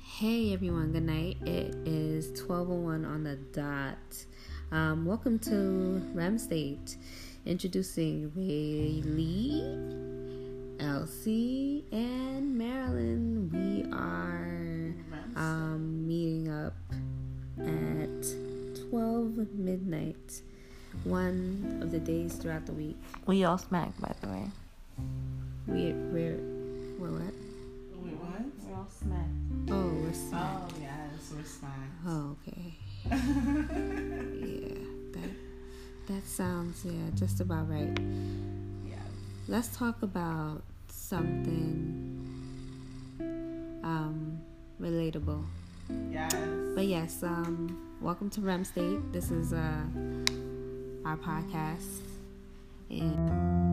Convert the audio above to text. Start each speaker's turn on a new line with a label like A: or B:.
A: Hey everyone, good night. It is 12:01 on the dot. Um, welcome to Ram State. Introducing Rayleigh, Elsie, and Marilyn. We are um, meeting up at 12 midnight, one of the days throughout the week.
B: We all smack, by the way.
A: We, we're, we're what?
C: Wait, what?
B: We all smack.
A: Oh, we're smack.
C: Oh, yes, we're smacked.
A: Oh, okay. Yeah, that that sounds yeah just about right.
C: yeah.
A: Let's talk about something um relatable.
C: Yes.
A: But yes, um, welcome to REM State. This is uh our podcast, and